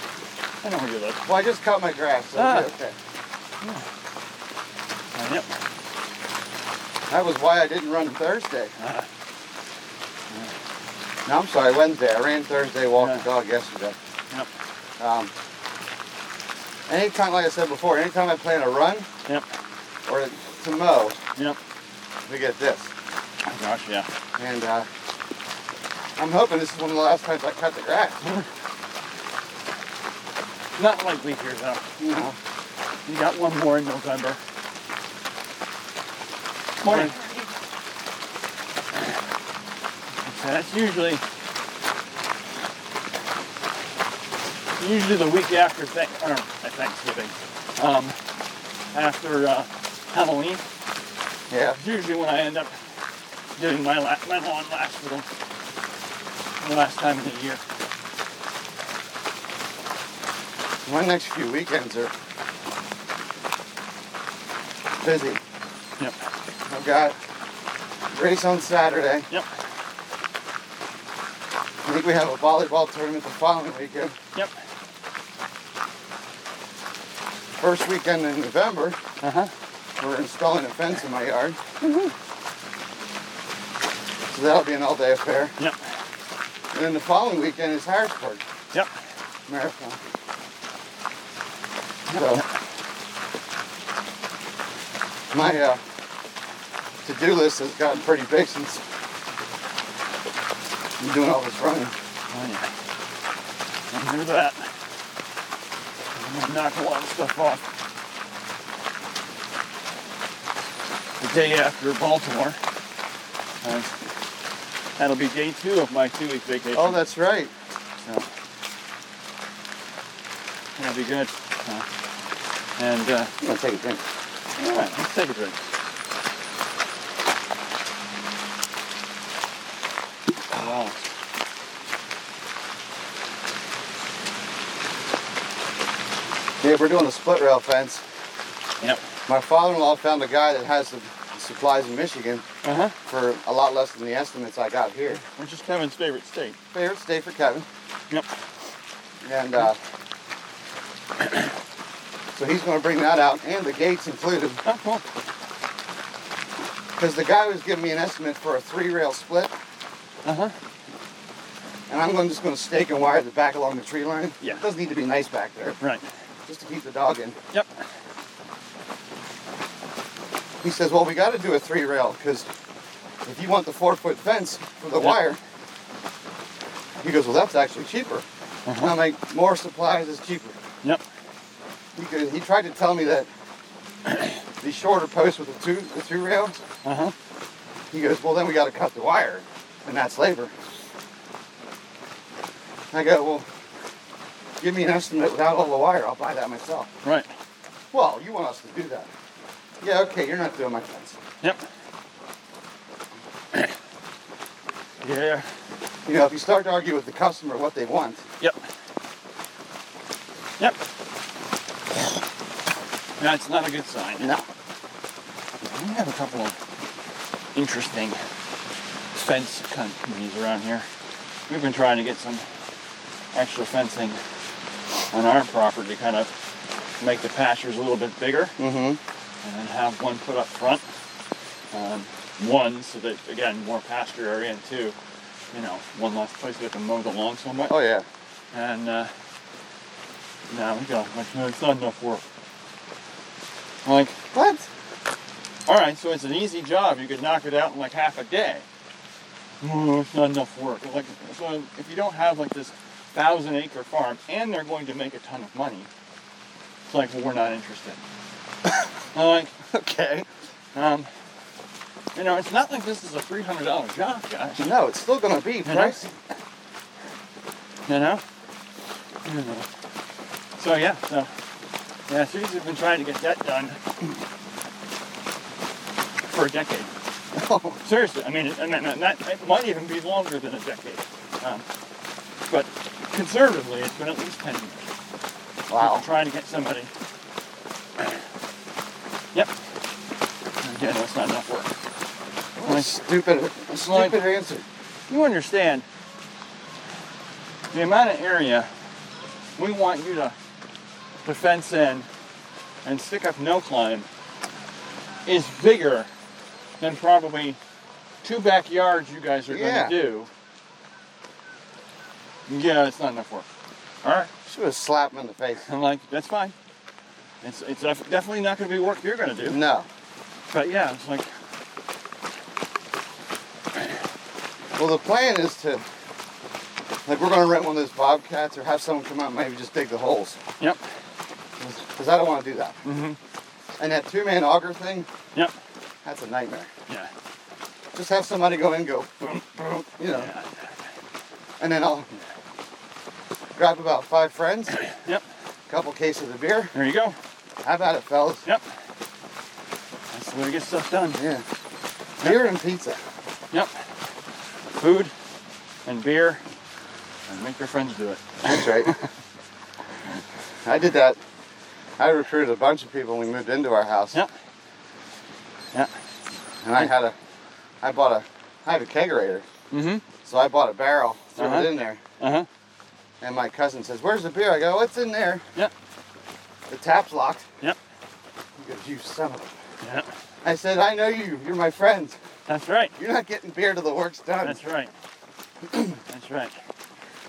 I know where you live.
Well, I just cut my grass. So
Ah.
okay.
Uh, yep.
That was why I didn't run Thursday. No, I'm sorry, Wednesday. I ran Thursday, walked
Yeah.
the dog yesterday.
Yep.
Um, anytime, like I said before, anytime I plan a run
Yep.
or to mow,
Yep.
we get this.
Oh, gosh, yeah.
And uh, I'm hoping this is one of the last times I cut the grass.
Not likely here though.
You know,
You got one more in November. Morning. So that's usually usually the week after thank, or, uh, Thanksgiving, um, after uh, Halloween.
yeah.
It's usually when I end up doing my la- my lawn last little the last time of the year.
My next few weekends are busy.
Yep.
I've got race on Saturday.
Yep.
I think we have a volleyball tournament the following weekend.
Yep.
First weekend in November,
Uh huh.
we're installing a fence in my yard. So that'll be an all-day affair.
Yep.
And then the following weekend is Harrisburg
Yep.
Marathon. So my uh, to-do list has gotten pretty big since I'm doing all this running.
Oh yeah. I knew that. I'm gonna knock a lot of stuff off. The day after Baltimore. uh, that'll be day two of my two-week vacation.
Oh, that's right.
So, that'll be good. Uh, and uh,
I'm gonna take a drink.
all right, let's take a drink. Wow.
Yeah, we're doing a split rail fence.
Yep.
My father-in-law found a guy that has the supplies in Michigan
Uh huh.
for a lot less than the estimates I got here.
Which is Kevin's favorite state.
Favorite state for Kevin.
Yep.
And uh, so he's going to bring that out and the gates included.
Oh, cool.
Because the guy was giving me an estimate for a three rail split.
Uh huh.
And I'm gonna- just going to stake and wire the back along the tree line.
Yeah.
It doesn't need to be nice back there,
Right.
just to keep the dog in.
Yep.
He says, well, we got to do a three rail because if you want the four foot fence for the
Yep.
wire, he goes, well, that's actually cheaper.
Uh-huh.
And I'm like, more supplies is cheaper.
Yep.
He, goes, he tried to tell me that the shorter post with the two, the two rails,
Uh huh.
He goes, well, then we got to cut the wire, and that's labor. I go, well, give me an estimate without all the wire. I'll buy that myself.
Right.
Well, you want us to do that? Yeah, okay. You're not doing my fence.
Yep. yeah.
You know, if you start to argue with the customer what they want,
Yep. Yep. That's not a good sign.
no.
We have a couple of interesting fence companies around here. We've been trying to get some extra fencing on our property, kind of make the pastures a little bit bigger.
Mm-hmm.
and then have one put up front. Um, one so that again more pasture area and two, you know, one less place to have to mow the lawn so much.
Oh yeah.
And uh, now we got like no, it's not enough work. Like,
What?
all right, so it's an easy job. You could knock it out in like half a day. Oh, it's not enough work. Like, so if you don't have like this thousand acre farm and they're going to make a ton of money, it's like well, we're not interested. like,
Okay.
um, you know, it's not like this is a three hundred dollar job, guys.
No, it's still gonna be
know?
pricey.
You know. You know. Uh-huh. So yeah, so yeah, Susie's been trying to get that done for a decade. Seriously, I mean, it, and that, that it might even be longer than a decade. Um, but conservatively, it's been at least ten years.
Wow.
I'm trying to get somebody. Yep. Again, it's not enough work.
What a stupid, a
like-
stupid answer.
You understand the amount of area we want you to, to fence in and stick up no climb is bigger than probably two backyards you guys are going
Yeah.
to do. Yeah, it's not enough work. All right,
Should have slapped him in the face.
I'm like, that's fine. It's, it's def- definitely not going to be work you're going to do.
No.
But yeah, it's like,
Well, the plan is to, like, we're going to rent one of those bobcats or have someone come out and maybe just dig the holes.
yep,
Because I don't want to do that.
Mhm.
And that two man auger thing,
yep,
that's a nightmare.
yeah,
Just have somebody go in, go, boom, boom, you know,
yeah,
and then I'll grab about five friends,
yep.
couple cases of beer.
There you go.
How about it, fellas?
Yep. That's the way to get stuff done.
Yeah. Beer and pizza.
Yep. Food and beer and make your friends do it.
That's right. I did that. I recruited a bunch of people when we moved into our house.
Yep. Yep.
And I had a, I bought a, I have a kegerator.
Mm-hmm.
So I bought a barrel, threw
Uh-huh.
it in there.
Uh-huh.
And my cousin says, Where's the beer? I go, What's in there?
Yep.
The tap's locked.
Yep.
He goes, You son of a.
Yep.
I said, I know you. You're my friend.
That's right.
You're not getting beer till the work's done.
That's right. That's right.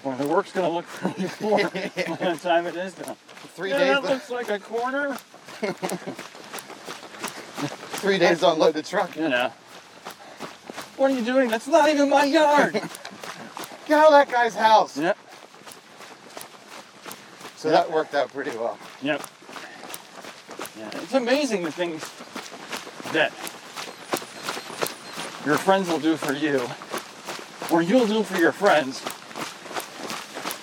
Well, the work's gonna look pretty poor by the time it is done.
Three
yeah,
days
that looks like a corner.
three days to unload the truck.
You know. What are you doing? That's not even my yard.
Get out of that guy's house.
yep.
So that worked out pretty well.
Yep. Yeah, it's amazing the things that your friends will do for you, or you'll do for your friends,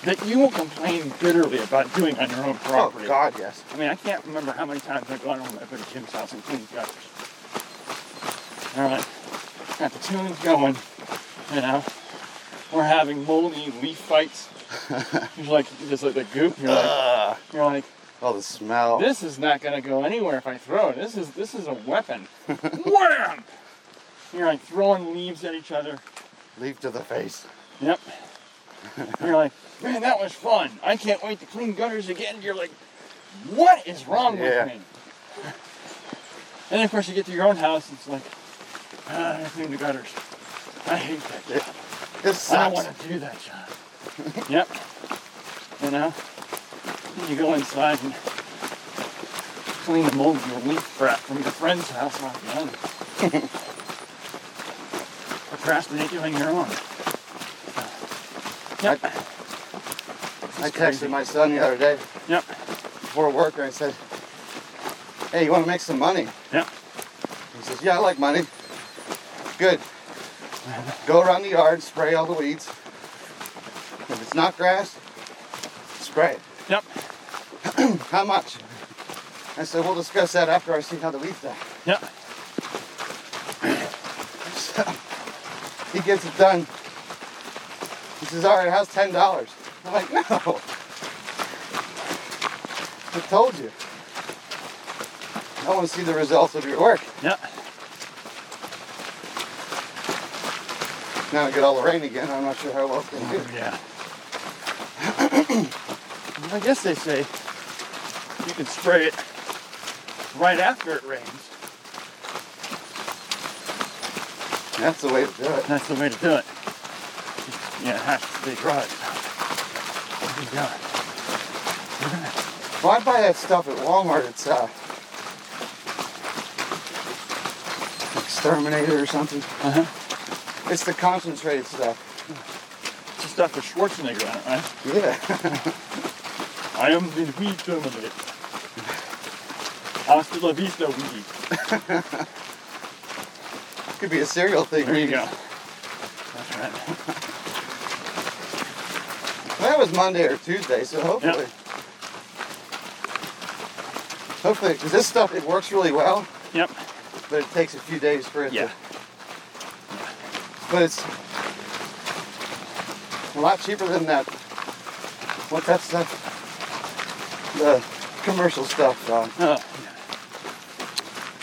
that you will complain bitterly about doing on your own property.
Oh god, yes.
I mean, I can't remember how many times I've gone home. I've been to Jim's house and cleaned gutters. All right, got the tunes going. You know, we're having moldy leaf fights. There's like just like the goop. You're like,
Ugh.
you're like,
Oh, Uh, the smell.
this is not gonna go anywhere if I throw it. This is this is a weapon. Wham! You're like throwing leaves at each other.
Leaf to the face.
Yep. You're like, man, that was fun. I can't wait to clean gutters again. You're like, what is wrong
Yeah.
with me? And then, of course you get to your own house and it's like, ah, I clean the gutters. I hate that job.
This
I don't
sucks.
want to do that job. yep. You know? You go inside and clean the mold your leaf crap from your friend's house while you're done. Procrastinate doing your own. Yep.
I
This
texted
is crazy.
my son the other day
Yep.
before work and I said, Hey, you want to make some money?
Yep.
He says, Yeah, I like money. Good. Go around the yard, spray all the weeds. If it's not grass, spray it.
Yep.
How much? I said, We'll discuss that after I see how the weeds die.
Yep.
So he gets it done. He says, all right, how's ten dollars? I'm like, no. I told you. I want to see the results of your work.
Yep.
Now I get all the rain again. I'm not sure how well it's going to do.
Yeah. I guess they say you can spray it right after it rains.
That's the way to do it.
That's the way to do it. Yeah, it has to be dry. There you go.
Well, I buy that stuff at Walmart. It's uh, exterminator or something.
Uh-huh.
It's the concentrated stuff.
It's just after Schwarzenegger on it, right?
Yeah.
I am the weed terminator. Hasta la vista, weed.
Could be a cereal thing.
There you go. That's right.
Well, that was Monday or Tuesday, so hopefully. Hopefully, because this stuff, it works really well,
Yep.
but it takes a few days for it
Yeah.
to. But it's a lot cheaper than that. What's that stuff? The commercial stuff. Uh,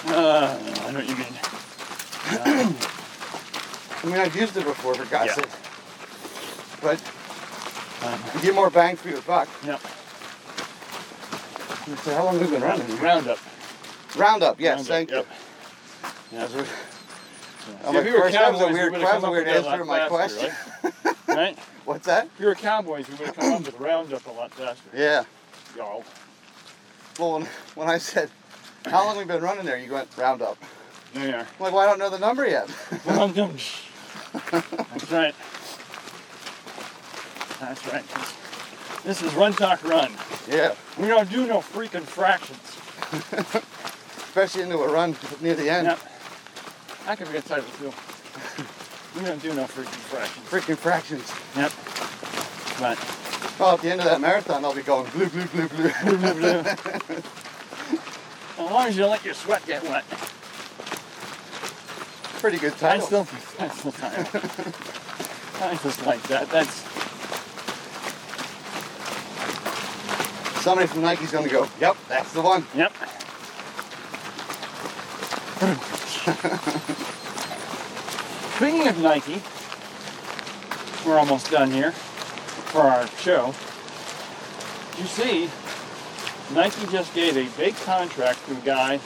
Uh, uh, I know what you mean. Uh,
I mean, I've used it before, for God's
Yeah.
sake. But
Um,
You get more bang for your buck.
yep.
You say, how long have we been running?
Roundup.
Roundup, yes,
Roundup,
thank
yep.
you. As we-
See,
I'm
if
like,
we were
Chris, that was a
cowboys,
weird,
we would've
that was
come
a
up
weird
with that a
answer to
lot
my
faster,
question.
Right? right?
What's that?
If we were cowboys, we would have come up with Roundup a lot faster.
Yeah.
Y'all.
Well, when, when I said, how long have we been running there? You went, Roundup.
There you are.
I'm like, well, I don't know the number yet.
Roundup. That's right. That's right. This is Run Talk Run.
yeah.
We don't do no freaking fractions.
Especially into a run near the end.
Now, I could be a title too. We don't do no freaking fractions.
Freaking fractions.
Yep. But
Well, at the end of that marathon, I'll be going, blue, blue, blue, blue.
as long as you let your sweat get wet.
Pretty good
I
title.
still, I still kind of, I just like that. That's
Somebody from Nike's going to go, yep, that's the one.
yep. Speaking of Nike, we're almost done here for our show. You see, Nike just gave a big contract to a guy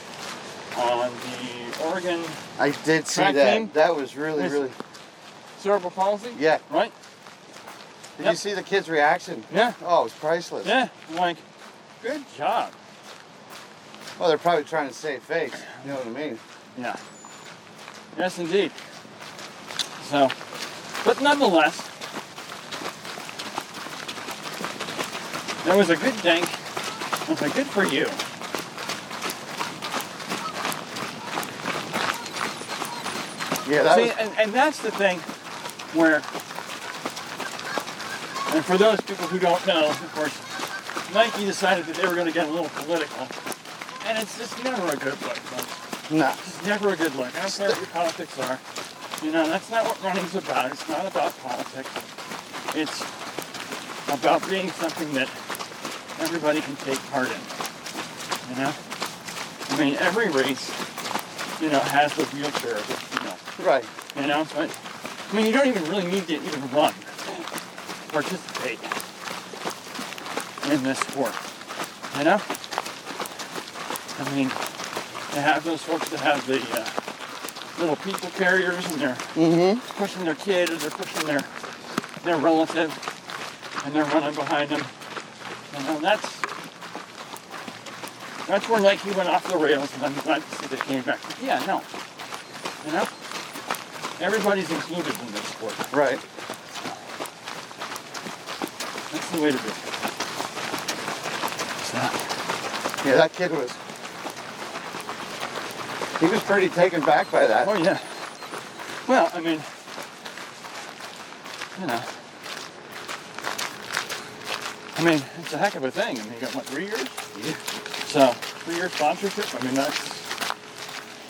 on the Oregon
I did see
Track
that.
team?
That was really,
Yes.
really,
cerebral palsy.
yeah.
Right?
Did
Yep.
you see the kid's reaction?
Yeah.
Oh, it was priceless.
Yeah. I'm like,
Good.
job.
Well, they're probably trying to save face. You know what I mean?
Yeah. Yes, indeed. So, but nonetheless, that was a good thing. I was like, good for you.
Yeah, that
See,
was,
and, and that's the thing where, and for those people who don't know, of course, Nike decided that they were going to get a little political. And it's just never a good look, folks.
nah.
It's never a good look. I don't care what your politics are. You know, that's not what running's about. It's not about politics. It's about being something that everybody can take part in. You know? I mean, every race, you know, has the wheelchair, you know,
Right.
you know, but I mean, you don't even really need to even run, participate in this sport, you know. I mean, they have those folks that have the uh, little people carriers, and they're
Mm-hmm.
pushing their kid, or they're pushing their their relative, and they're running behind them. You know, that's that's where Nike went off the rails, and I'm glad to see they came back. But yeah, no, you know, everybody's included in this sport.
Right.
That's the way to do it. So,
Yeah, that kid was. He was pretty taken back by that.
oh yeah. Well, I mean, you know, I mean, it's a heck of a thing. I mean, you got what three years?
Yeah.
So three-year sponsorship. I mean, that's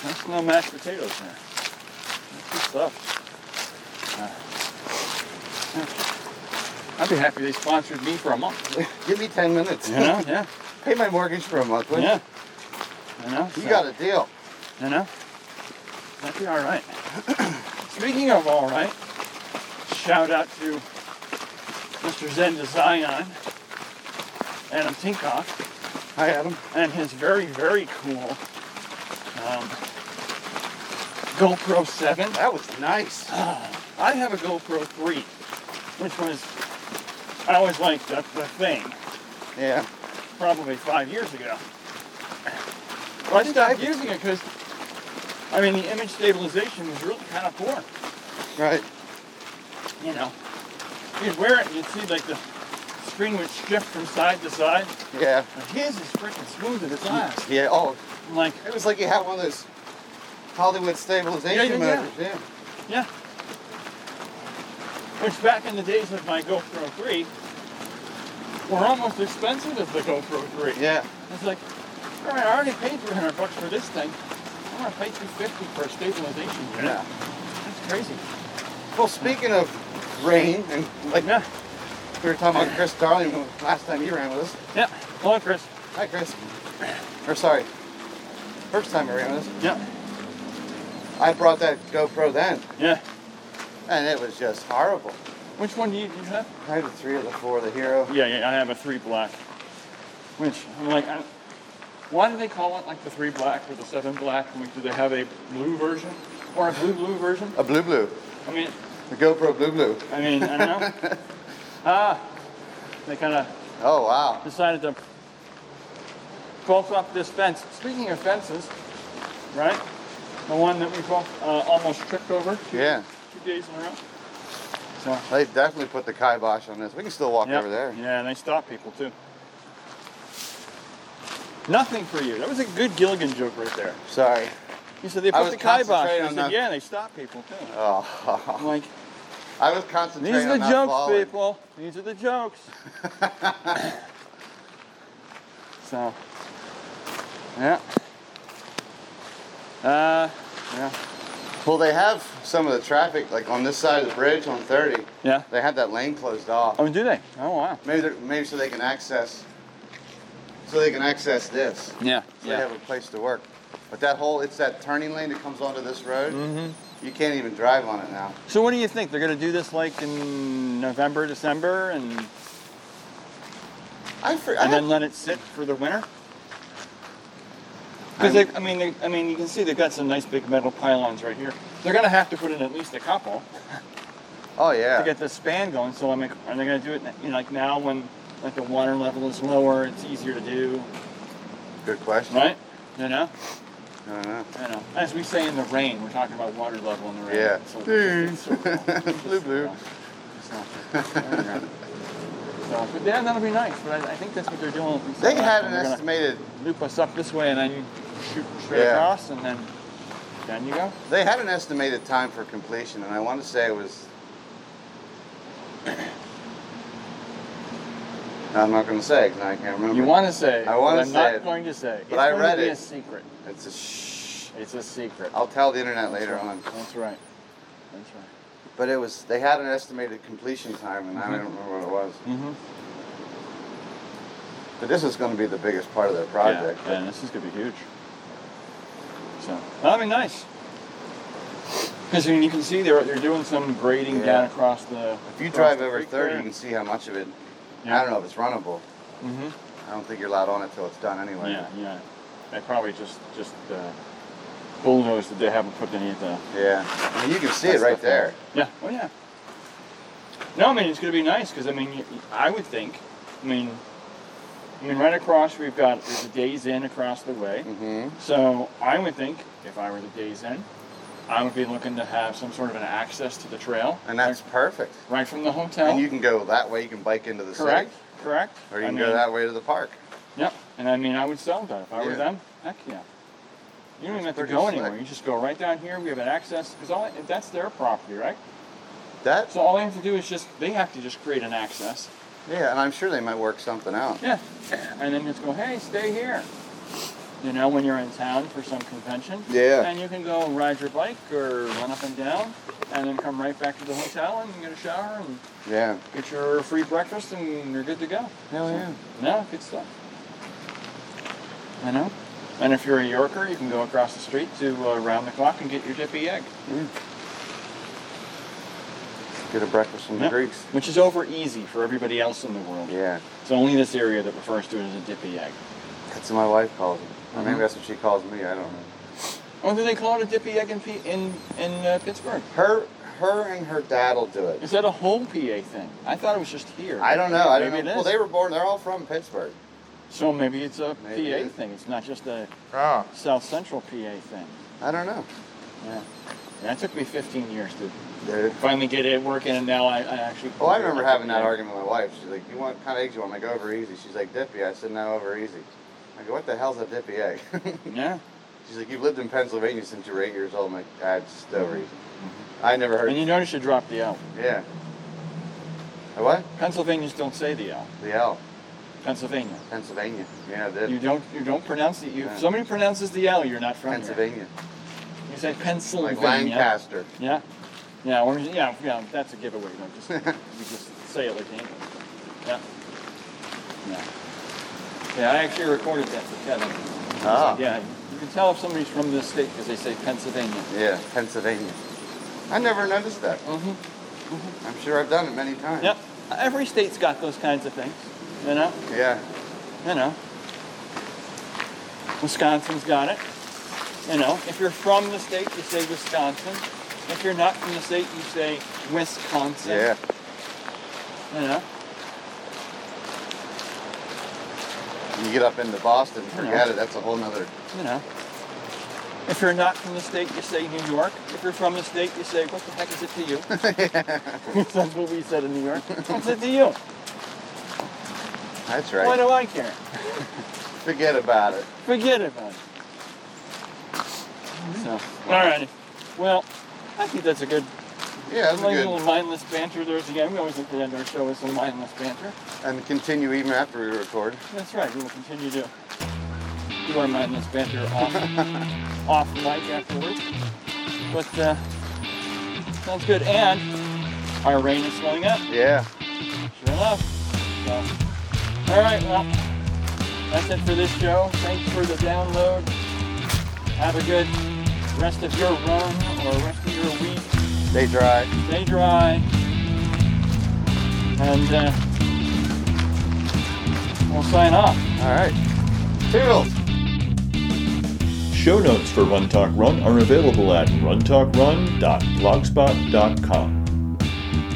that's no mashed potatoes there. That's good stuff. Uh, I'd be happy they sponsored me for a month.
Give me 10 minutes.
You know? yeah.
Pay my mortgage for a month, would you?
Yeah. You know.
You
so-
got a deal.
You know? That'd be alright. Speaking of alright, shout out to Mr. Zen to Zion, Adam Tinkoff,
Hi, Adam.
and his very, very cool um, GoPro 7.
That was nice.
I have a GoPro 3, which was, I always liked that the thing,
Yeah.
probably five years ago. But I stopped using it because, I mean, the image stabilization was really kind of poor.
Right.
you know, you'd wear it and you'd see like the screen would shift from side to side.
Yeah.
But his is freaking smooth as a glass.
Yeah. Oh,
I'm like,
it was like he had one of those Hollywood stabilization
Yeah, yeah, yeah.
motors. Yeah.
yeah. Which back in the days of my GoPro 3 were almost expensive as the GoPro 3.
Yeah.
It's like, all right, I already paid 300 bucks for this thing. I'm gonna pay 250 for a stabilization
Yeah.
unit. That's crazy.
Well, speaking of rain, and like
Yeah,
we were talking about Chris Darling last time he ran with us.
yeah. Hello, Chris.
Hi, Chris. Or sorry, first time I ran with
Yeah,
us, I brought that GoPro then,
yeah,
and it was just horrible.
Which one do you, do you have?
I had the three of the four, the hero.
Yeah, yeah, I have a three black. Which I'm like, I, why do they call it like the three black or the seven black? I mean, do they have a blue version or a blue blue version?
A blue blue.
I mean,
The GoPro blue blue.
I mean, I don't know. Ah, they kind of
Oh wow.
decided to bolt up this fence. Speaking of fences, right? The one that we both uh, almost tripped over two,
Yeah.
two days in a row. So
They definitely put the kibosh on this. We can still walk
Yep.
over there.
Yeah, and they stop people too. Nothing for you. That was a good Gilligan joke right there.
Sorry.
He said they
I
put
was
the kibosh. I
concentrating on
said,
that.
yeah, and they stop people too. I'm
Oh,
like,
I was
these
concentrating
are
on
the
not
jokes,
falling.
people. These are the jokes. so, yeah. Uh, yeah,
Well, they have some of the traffic, like on this side of the bridge on 30.
yeah.
They have that lane closed off.
Oh, do they? Oh, wow.
Maybe, they're- maybe so they can access, so they can access this.
Yeah,
So they
yeah.
have a place to work. But that whole, it's that turning lane that comes onto this road. You can't even drive on it now.
Mm-hmm. So, what do you think? They're gonna do this like in November, December, and
I, for, I
and then
have,
let it sit for the winter? Because I mean, they, I mean, you can see they've got some nice big metal pylons right here. They're gonna have to put in at least a couple
oh
to
yeah.
get this span going. So I'm like, are they gonna do it? You know, like now when like the water level is lower, it's easier to do,
Good question. Uh-huh.
right? You know,
I don't know.
I know. As we say in the rain, we're talking about water level in the rain.
Yeah. Mm-hmm.
So it's just- it's so cool.
Blue, blue.
So, there we go. So, but yeah, that'll be nice. But I, I think that's what they're doing. with these
They
last
had
one.
an
They're gonna-
estimated.
loop us up this way and then shoot straight
Yeah.
across and then down you go.
They had an estimated time for completion, and I want to say it was. I'm not going to say because I can't remember.
You want to say?
I wanna
but I'm
say
not
it,
going to say.
but
it's
I
going
read
to be
it.
a secret.
It's a shh.
It's a secret.
I'll tell the internet later
That's right.
on.
That's right. That's right.
But it was they had an estimated completion time, and I
Mhm.
don't remember what it was.
Mm-hmm.
But this is going to be the biggest part of their project.
Yeah, and this is gonna be huge. So that'll be nice. Because I mean, you can see they're they're doing some grading
Yeah.
down across the.
If you drive over 30, you can see how much of it. I don't know if it's runnable. Mm-hmm.
hmm
I don't think you're allowed on it till it's done anyway.
Yeah, yeah. They probably just just uh, bulldozed that they haven't put any of the
Yeah. I mean, you can see
That's
it
the
right
thing.
there.
Yeah. Oh yeah. No, I mean it's going to be nice because I mean y- I would think, I mean, I mean right across we've got there's a Days Inn across the way,
Mm-hmm.
so I would think if I were the Days Inn, I would be looking to have some sort of an access to the trail,
And that's perfect.
right, right from the hotel.
And you can go that way. You can bike into the
correct,
city,
correct.
or you
I
can
mean,
go that way to the park.
Yep. And I mean I would sell that if I were
Yeah.
them. Heck yeah. You don't even have
That's
to
pretty
go
slick.
anywhere. You just go right down here. We have an access because all that's their property, right?
That,
So all they have to do is just they have to just create an access.
yeah. And I'm sure they might work something out.
Yeah, and then just go, hey, stay here. You know, when you're in town for some convention.
Yeah.
And you can go ride your bike or run up and down, and then come right back to the hotel and get a shower and
Yeah.
get your free breakfast, and you're good to go.
Hell yeah.
No, good stuff. I know. And if you're a Yorker, you can go across the street to uh, Round the Clock and get your dippy egg,
Get a breakfast from
Yep.
the Greeks.
which is over easy for everybody else in the world.
Yeah.
It's only this area that refers to it as a dippy egg.
That's what my wife calls it. Or
Mhm.
maybe that's what she calls me. I don't know.
Or Oh, do they call it a dippy egg in P- in, in uh, Pittsburgh?
Her, her, and her dad will do it.
Is that a whole PA thing? I thought it was just here.
I don't know. I don't
Maybe
know.
it
Well,
is.
they were born. They're all from Pittsburgh.
So maybe it's a
Maybe it
PA
is.
thing. It's not just a
Oh.
South Central PA thing.
I don't know.
Yeah. That took me 15 years to
Dude.
finally get it working, and now I, I actually.
Well, Oh, I remember having that argument with my wife. She's like, "You want what kind of eggs? You want like over easy?" She's like, "Dippy." I said, "No, over easy." I go, "What the hell's a dippy egg?"
Yeah.
She's like, "You've lived in Pennsylvania since you were eight years old." I'm like, "Ah, it's just over easy."
Mm-hmm.
I never heard.
And you notice you dropped the L.
yeah. A what?
Pennsylvanians don't say the L.
The L.
Pennsylvania.
Pennsylvania. Yeah, I did.
You don't. You don't pronounce it. You,
Yeah.
if somebody pronounces the L, you're not from here.
Pennsylvania.
You say Pennsylvania.
Like Lancaster.
Yeah, yeah, or, yeah, yeah. That's a giveaway. Don't just you just say it like the English. Yeah, yeah, yeah. I actually recorded that for Kevin.
Ah.
Yeah, you can tell if somebody's from this state because they say Pennsylvania.
Yeah, Pennsylvania. I never noticed that.
Mm-hmm.
I'm sure I've done it many times.
Yep. Every state's got those kinds of things. You know?
Yeah.
You know. Wisconsin's got it. You know, if you're from the state, you say Wisconsin. If you're not from the state, you say Wisconsin.
Yeah.
You know?
You get up into Boston, forget it. That's a whole nother.
You know. If you're not from the state, you say New York. If you're from the state, you say, what the heck is it to you? That's what we said in New York. What's it to you?
That's
Why
right.
do I care?
Forget about it.
Forget about it. So, alrighty. Well, I think that's a good,
Yeah, that's
like
a
little
good.
mindless banter. There's again, we always like to end our show with some mindless banter.
And continue even after we record.
That's right. We will continue to do our mindless banter off, off mic afterwards. But uh, sounds good. And our rain is slowing up.
Yeah.
Sure enough. So, all right. Well, that's it for this show. Thanks for the download. Have a good rest of your run or rest of your week.
Stay dry.
Stay dry. And uh, we'll sign off.
All right. Toodles.
Show notes for Run Talk Run are available at runtalkrun.blogspot.com.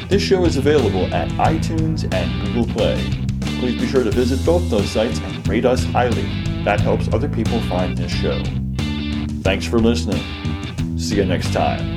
This show is available at iTunes and Google Play. Please be sure to visit both those sites and rate us highly. That helps other people find this show. Thanks for listening. See you next time.